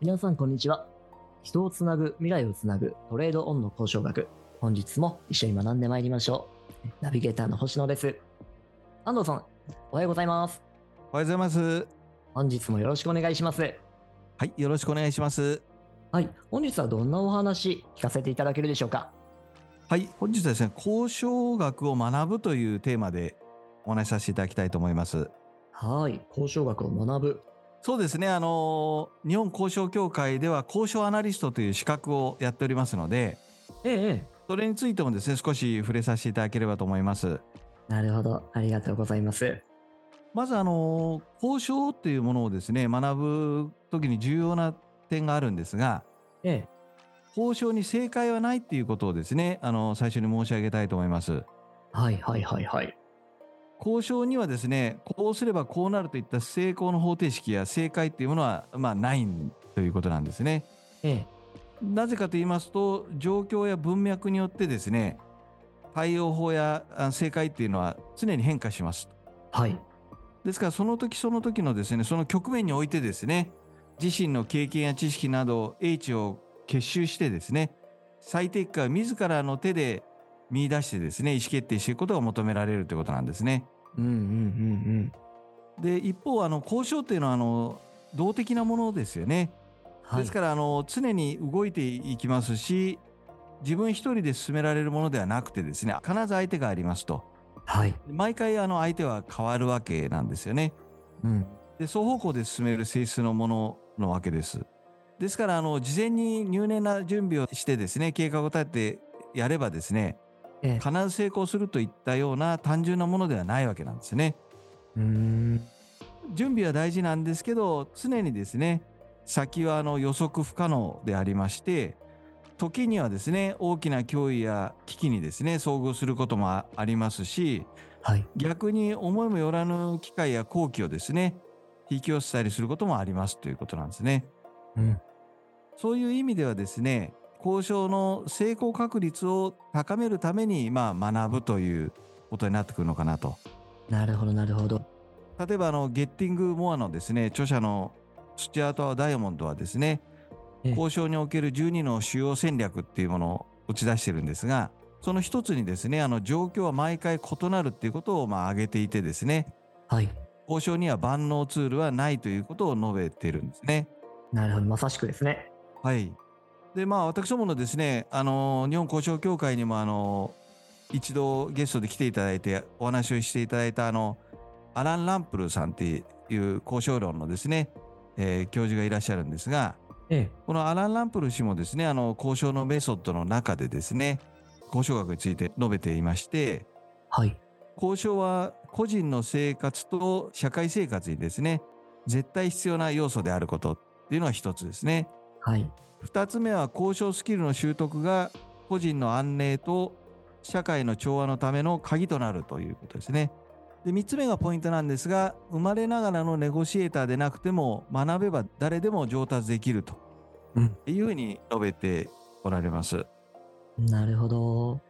皆さんこんにちは。人をつなぐ、未来をつなぐ、トレードオンの交渉学。本日も一緒に学んでまいりましょう。ナビゲーターの星野です。安藤さん、おはようございます。おはようございます。本日もよろしくお願いします。はい、よろしくお願いします。はい、本日はどんなお話聞かせていただけるでしょうか。はい、本日はですね、交渉学を学ぶというテーマでお話しさせていただきたいと思います。はい、交渉学を学ぶ。そうですね、あのー、日本交渉協会では交渉アナリストという資格をやっておりますので、ええええ、それについてもですね、少し触れさせていただければと思います。なるほど、ありがとうございます。まず、あのー、交渉っていうものをですね、学ぶときに重要な点があるんですが、ええ、交渉に正解はないっていうことをですね、あのー最初に申し上げたいと思います。はいはいはいはい。交渉にはですねこうすればこうなるといった成功の方程式や正解っていうものは、まあ、ないということなんですね。ええ、なぜかと言いますと状況や文脈によってですね対応法やあ正解っていうのは常に変化します。はい。ですからその時その時のですねその局面においてですね自身の経験や知識など英知を結集してですね最適化を自らの手で見出してですね意思決定していくことが求められるということなんですね。うんうんうんで一方あの交渉っていうのはあの動的なものですよね、うん。はい。ですからあの常に動いていきますし自分一人で進められるものではなくてですね必ず相手がありますとはい。毎回あの相手は変わるわけなんですよねうん。で双方向で進める性質のもののわけですですからあの事前に入念な準備をしてですね計画を立ててやればですねええ必ず成功するといったような単純なものではないわけなんですねうーん。準備は大事なんですけど常にですね先はあの予測不可能でありまして時にはですね大きな脅威や危機にですね遭遇することもありますしはい。逆に思いもよらぬ機会や好機をですね引き寄せたりすることもありますということなんですね。うん。そういう意味ではですね交渉の成功確率を高めるために、まあ、学ぶということになってくるのかなとなるほど、なるほど。例えばあのゲッティング・モアのですね著者のスチュアート・ダイヤモンドはですねええ交渉における12の主要戦略っていうものを打ち出してるんですがその一つにですねあの状況は毎回異なるっていうことをまあ挙げていてですねはい。交渉には万能ツールはないということを述べてるんですね。なるほど、まさしくですね。はい、でまあ私どものですねあの日本交渉協会にもあの一度ゲストで来ていただいてお話をしていただいたあのアラン・ランプルさんっていう交渉論のですね、えー教授がいらっしゃるんですがええ。このアラン・ランプル氏もですねあの交渉のメソッドの中でですね交渉学について述べていましてはい。交渉は個人の生活と社会生活にですね絶対必要な要素であることっていうのが一つですね。はい。 2つ目は交渉スキルの習得が個人の安寧と社会の調和のための鍵となるということですね。で3つ目がポイントなんですが生まれながらのネゴシエーターでなくても学べば誰でも上達できるとうんいうふうに述べておられます。なるほど。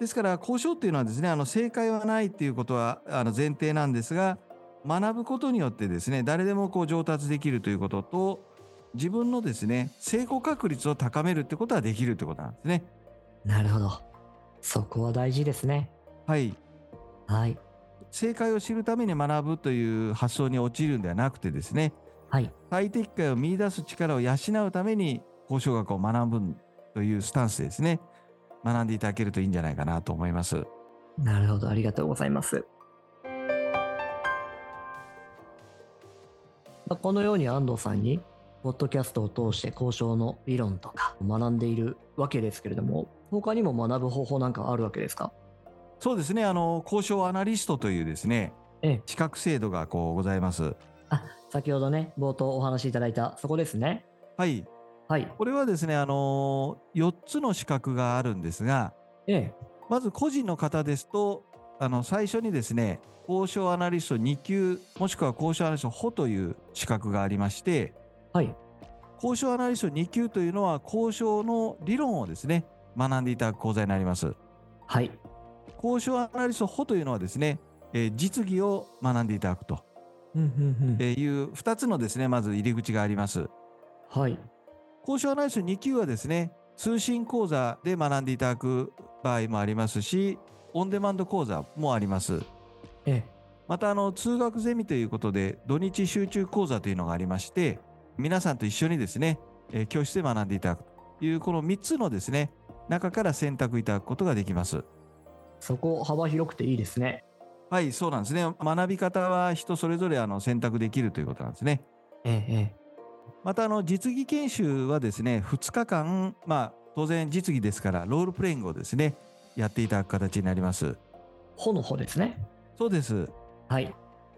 ですから交渉っていうのはですねあの正解はないっていうことはあの前提なんですが学ぶことによってですね誰でもこう上達できるということと自分のですね成功確率を高めるってことはできるってことなんですね。なるほど。そこは大事ですね。はいはい。正解を知るために学ぶという発想に陥るんではなくてですねはい。最適解を見出す力を養うために交渉学を学ぶというスタンスですね学んでいただけるといいんじゃないかなと思います。なるほど、ありがとうございます。まあこのように安藤さんに、ポッドキャストを通して交渉の理論とか学んでいるわけですけれども、他にも学ぶ方法なんかあるわけですかそうですねあの交渉アナリストというですねええ。資格制度がこうございます。あ、先ほどね、冒頭お話しいただいた、そこですね。はい。はい。これはですね、あのー、4つの資格があるんですが、ええ。まず個人の方ですと、あの、最初にですね、交渉アナリスト2級、もしくは交渉アナリスト補という資格がありまして、はい。交渉アナリスト2級というのは、交渉の理論をですね、学んでいただく講座になります。はい。交渉アナリスト補というのはですね、えー実技を学んでいただくとうんうんうん。いう2つのですね、まず入り口があります。はい。交渉アナリスト2級はですね、通信講座で学んでいただく場合もありますし、オンデマンド講座もあります。ええ。またあの通学ゼミということで土日集中講座というのがありまして皆さんと一緒にですね、えー教室で学んでいただくというこの3つのですね中から選択いただくことができますそこ幅広くていいですね。はいそうなんですね学び方は人それぞれあの選択できるということなんですねええ、ええ。またあの実技研修はですね2日間まあ当然実技ですからロールプレイングをですねやっていただく形になりますほのほですね。そうですはい。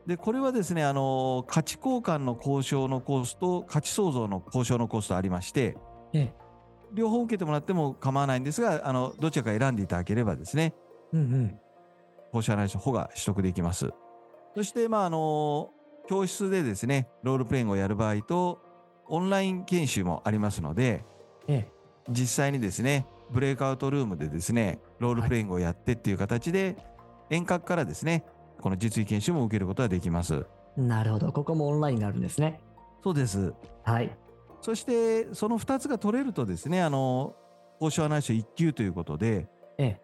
でこれはですねあの価値交換の交渉のコースと価値創造の交渉のコースとありましてええ。両方受けてもらっても構わないんですがあのどちらか選んでいただければですねうんうん。交渉アナリスト保が取得できますそしてまああの教室でですねロールプレイングをやる場合とオンライン研修もありますのでええ。実際にですねブレイクアウトルームでですねロールプレイングをやってっていう形で遠隔からですねこの実技研修も受けることができますなるほど。ここもオンラインになるんですね。そうですはい。そしてその2つが取れるとですねあの交渉アナリスト1級ということでええ。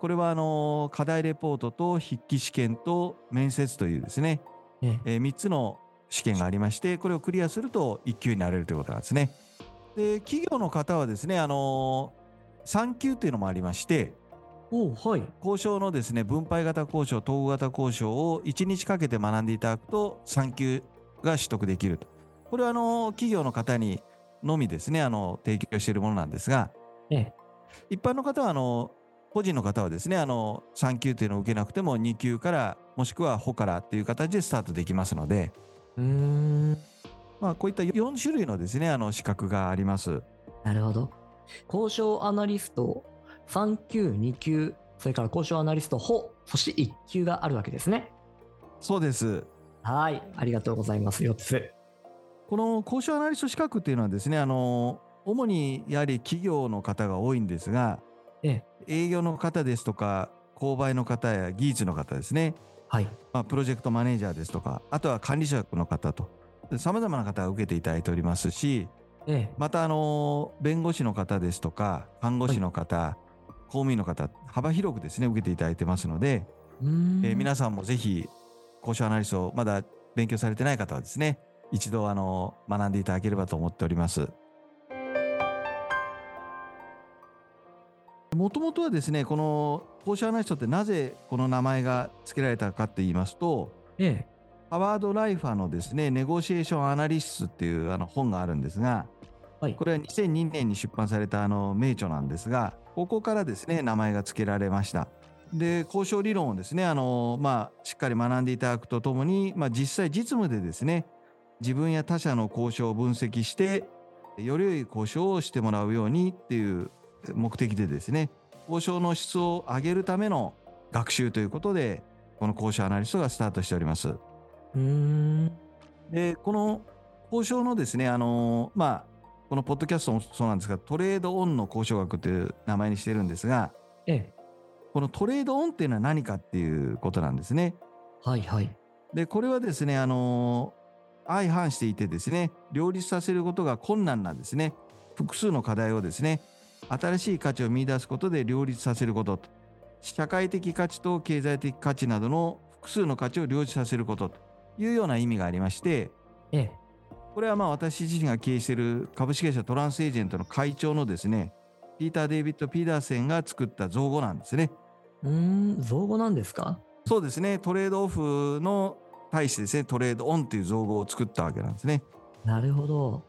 これはあの課題レポートと筆記試験と面接というですね、ええ。え3つの試験がありましてこれをクリアすると1級になれるということなんですね。で企業の方はですねあの3級というのもありましておおはい。交渉のですね分配型交渉統合型交渉を1日かけて学んでいただくと3級が取得できるとこれはあの企業の方にのみですねあの提供しているものなんですがええ。一般の方はあの個人の方はですねあの3級というのを受けなくても2級からもしくは保からっていう形でスタートできますので、うーん。まあ、こういった4種類のですねあの資格があります。なるほど。交渉アナリスト3級、2級、それから交渉アナリスト補、そして1級があるわけですね。そうですはい。ありがとうございます。4つ。この交渉アナリスト資格っていうのはですねあの主にやはり企業の方が多いんですが、え営業の方ですとか購買の方や技術の方ですね、はい。まあ、プロジェクトマネージャーですとかあとは管理職の方とさまざまな方が受けていただいておりますしええ。またあの弁護士の方ですとか看護師の方、公務員の方幅広くですね受けていただいてますので、うーんえー皆さんもぜひ交渉アナリストをまだ勉強されてない方はですね一度あの学んでいただければと思っております。もともとはですねこの交渉アナリストってなぜこの名前が付けられたかって言いますとええ。ハワード・ライファーのですねネゴシエーション・アナリストっていうあの本があるんですがはいこ。れは2002年に出版されたあの名著なんですがここからですね名前が付けられましたで交渉理論をですねあの、まあ、しっかり学んでいただくとともに、まあ、実際実務でですね自分や他者の交渉を分析してより良い交渉をしてもらうようにっていう目的でですね交渉の質を上げるための学習ということでこの交渉アナリストがスタートしております。うーん。でこの交渉のですねあのまあこのポッドキャストもそうなんですがトレードオンの交渉学という名前にしてるんですがええ。このトレードオンっていうのは何かっていうことなんですね。はいはい。でこれはですねあの相反していてですね両立させることが困難なですね複数の課題をですね新しい価値を見出すことで両立させることと社会的価値と経済的価値などの複数の価値を両立させることというような意味がありましてええ。これはまあ私自身が経営している株式会社トランスエージェントの会長のですね、ピーター・デイビッド・ピーダーセンが作った造語なんですね。うーん。造語なんですかそうですね、トレードオフの対してですね、トレードオンという造語を作ったわけなんですね。なるほど。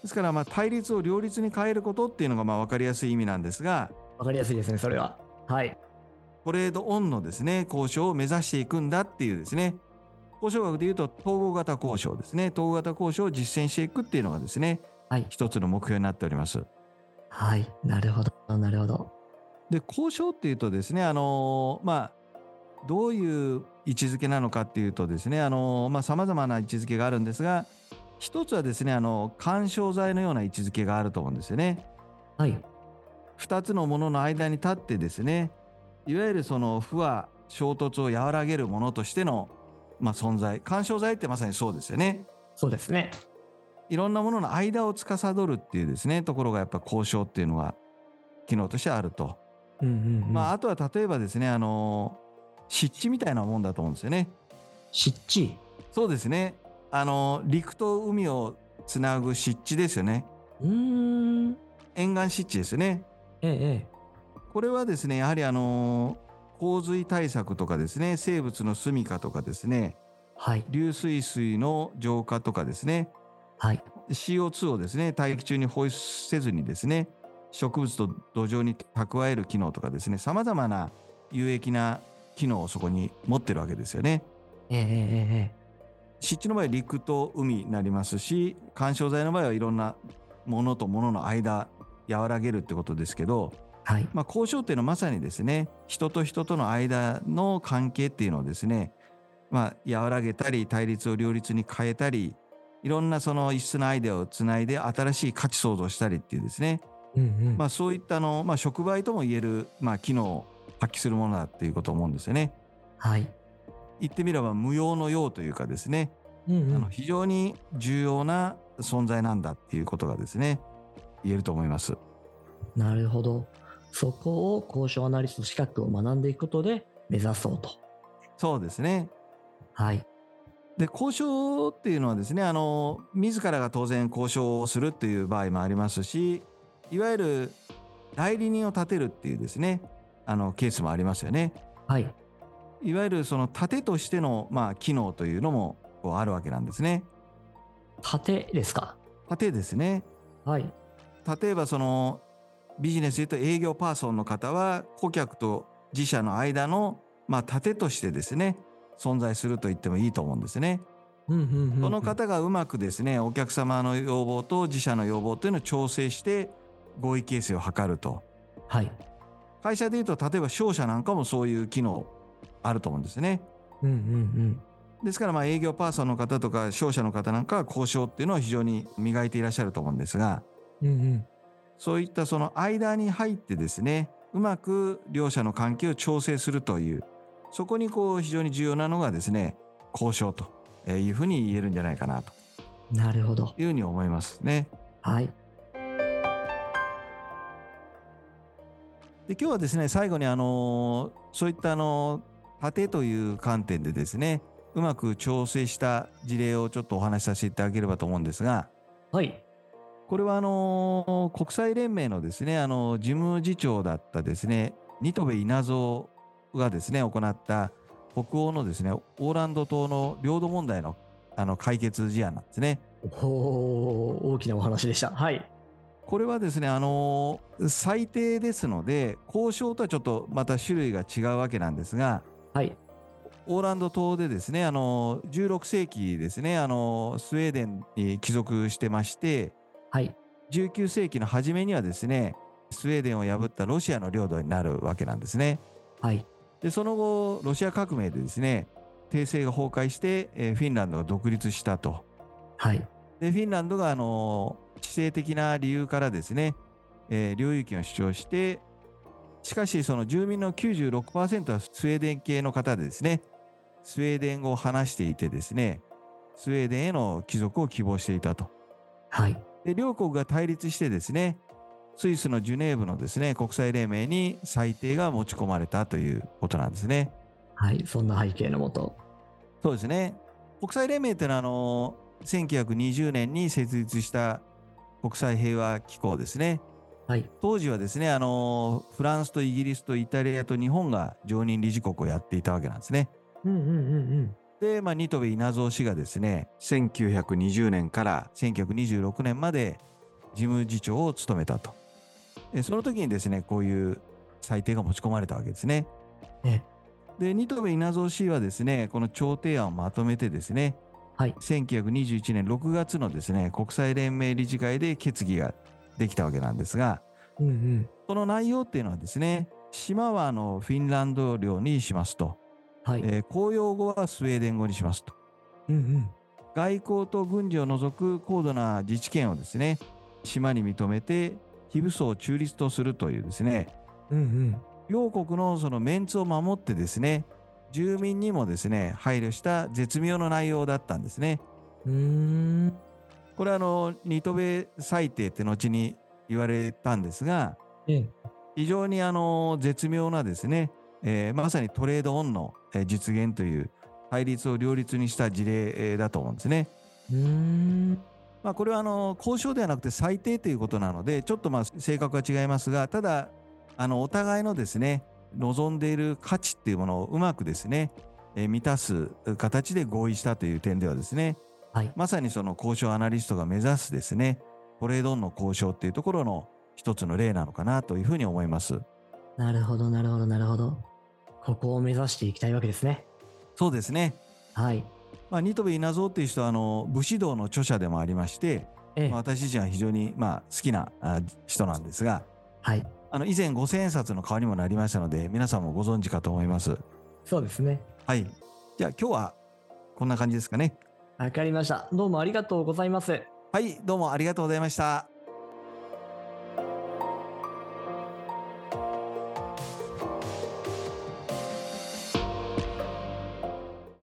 ですから、まあ対立を両立に変えることっていうのがまあ分かりやすい意味なんですが、わかりやすいですね、それは。はい。トレードオンのですね、交渉を目指していくんだっていうですね、交渉学でいうと統合型交渉ですね、統合型交渉を実践していくっていうのがですね、はい。一つの目標になっております。はい。なるほど。なるほど。で交渉っていうとですねあのまあどういう位置づけなのかっていうとですねあのまあさまざまな位置づけがあるんですが一つはですねあの緩衝材のような位置づけがあると思うんですよね。はい。二つのものの間に立ってですねいわゆるその不和衝突を和らげるものとしての、まあ、存在緩衝材ってまさにそうですよね。そうですね。いろんなものの間を司るっていうですねところがやっぱ交渉っていうのは機能としてあると、うんうんうん、まああとは例えばですねあの湿地みたいなもんだと思うんですよね湿地そうですねあの陸と海をつなぐ湿地ですよねうーん沿岸湿地ですよねえええこれはですねやはりあの洪水対策とかですね生物の住みかとかですねえはい流水水の浄化とかですねはい。 CO2 をですね大気中に放出せずにですね植物と土壌に蓄える機能とかですねさまざまな有益な機能をそこに持ってるわけですよね。えええええ湿地の場合陸と海になりますし緩衝材の場合はいろんなものとものの間和らげるってことですけど、えはい。まあ、交渉っていうのはまさにですね人と人との間の関係っていうのをですね、まあ、和らげたり対立を両立に変えたりいろんなその異質なアイデアをつないで新しい価値創造したりっていうですね、うんうん。まあ、そういったあの、まあ、触媒ともいえる、まあ、機能を発揮するものだっていうことを思うんですよね。はい。言ってみれば無用の用というかですね、うんうあんの。非常に重要な存在なんだっていうことがですね言えると思います。なるほど。そこを交渉アナリスト資格を学んでいくことで目指そうと。そうですねはい。で交渉っていうのはですねあの自らが当然交渉をするっていう場合もありますしいわゆる代理人を立てるっていうですねあのケースもありますよね。はい。いわゆるその盾としての、まあ、機能というのもこうあるわけなんですね。盾ですか。盾ですね。はい。例えばそのビジネスで言うと営業パーソンの方は顧客と自社の間の、まあ、盾としてですね存在すると言ってもいいと思うんですね。うんうんうんうんその。方がうまくですねお客様の要望と自社の要望というのを調整して合意形成を図るとはい。会社でいうと例えば商社なんかもそういう機能あると思うんですねうんうんですからまあ営業パーソンの方とか商社の方なんかは交渉っていうのを非常に磨いていらっしゃると思うんですがうん。うんうん。そういったその間に入ってですね、うまく両者の関係を調整するという、そこにこう非常に重要なのがですね、交渉というふうに言えるんじゃないかなとなるほど。いうふうに思いますね。はい。で今日はですね、最後にあの、そういったあの、盾という観点でですね、うまく調整した事例をちょっとお話しさせていただければと思うんですが、はい。これはあの国際連盟のですねあの事務次長だったですね新渡部稲造がですね行った北欧のですねオーランド島の領土問題のあの解決事案なんですね。おー大きなお話でした。はい。これはですねあの最低ですので交渉とはちょっとまた種類が違うわけなんですがはい。オーランド島でですねあの16世紀ですねあのスウェーデンに帰属してまして、はい。 19世紀の初めにはですねスウェーデンを破ったロシアの領土になるわけなんですね。はい。でその後ロシア革命でですね帝政が崩壊して、えーフィンランドが独立したと。はい。でフィンランドが、あの地政的な理由からですね、えー領有権を主張してしかしその住民の96%はスウェーデン系の方でですねスウェーデン語を話していてですねスウェーデンへの帰属を希望していたと。はい。で両国が対立してですねスイスのジュネーブのですね国際連盟に裁定が持ち込まれたということなんですね。はい。そんな背景のもと。そうですね国際連盟というのはあの1920年に設立した国際平和機構ですね。はい。当時はですねあのフランスとイギリスとイタリアと日本が常任理事国をやっていたわけなんですね。うんうんうんうん。で、まあ、新渡部稲造氏がですね1920年から1926年まで事務次長を務めたとえその時にですねこういう裁定が持ち込まれたわけですねえで新渡部稲造氏はですねこの調停案をまとめてですねはい。 1921年6月のですね国際連盟理事会で決議ができたわけなんですがうんうん。その内容っていうのはですね島はあのフィンランド領にしますと、はい。えー公用語はスウェーデン語にしますとうんうん。外交と軍事を除く高度な自治権をですね島に認めて非武装を中立とするというですねうんうん。両国のそのメンツを守ってですね住民にもですね配慮した絶妙の内容だったんですねうーん。これはあのニトベ裁定って後に言われたんですが、ええ、非常にあの絶妙なですね、えーまさにトレードオンのえー実現という対立を両立にした事例えーだと思うんですね。うーん。まあ、これはあの交渉ではなくて裁定ということなのでちょっとまあ性格は違いますがただあのお互いのですね望んでいる価値っていうものをうまくですねえー満たす形で合意したという点ではですねはい。まさにその交渉アナリストが目指すですねトレードオンの交渉っていうところの一つの例なのかなというふうに思います。なるほど、なるほど、なるほど。ここを目指していきたいわけですね。そうですねはい。まあ、新渡戸稲造っていう人はあの武士道の著者でもありまして、ええまあ、。私自身は非常にまあ好きなあ人なんですがはい。あの以前五千円札の代わりにもなりましたので皆さんもご存知かと思います。そうですね。はいじゃあ今日はこんな感じですかね。わかりました。どうもありがとうございます。はいどうもありがとうございました。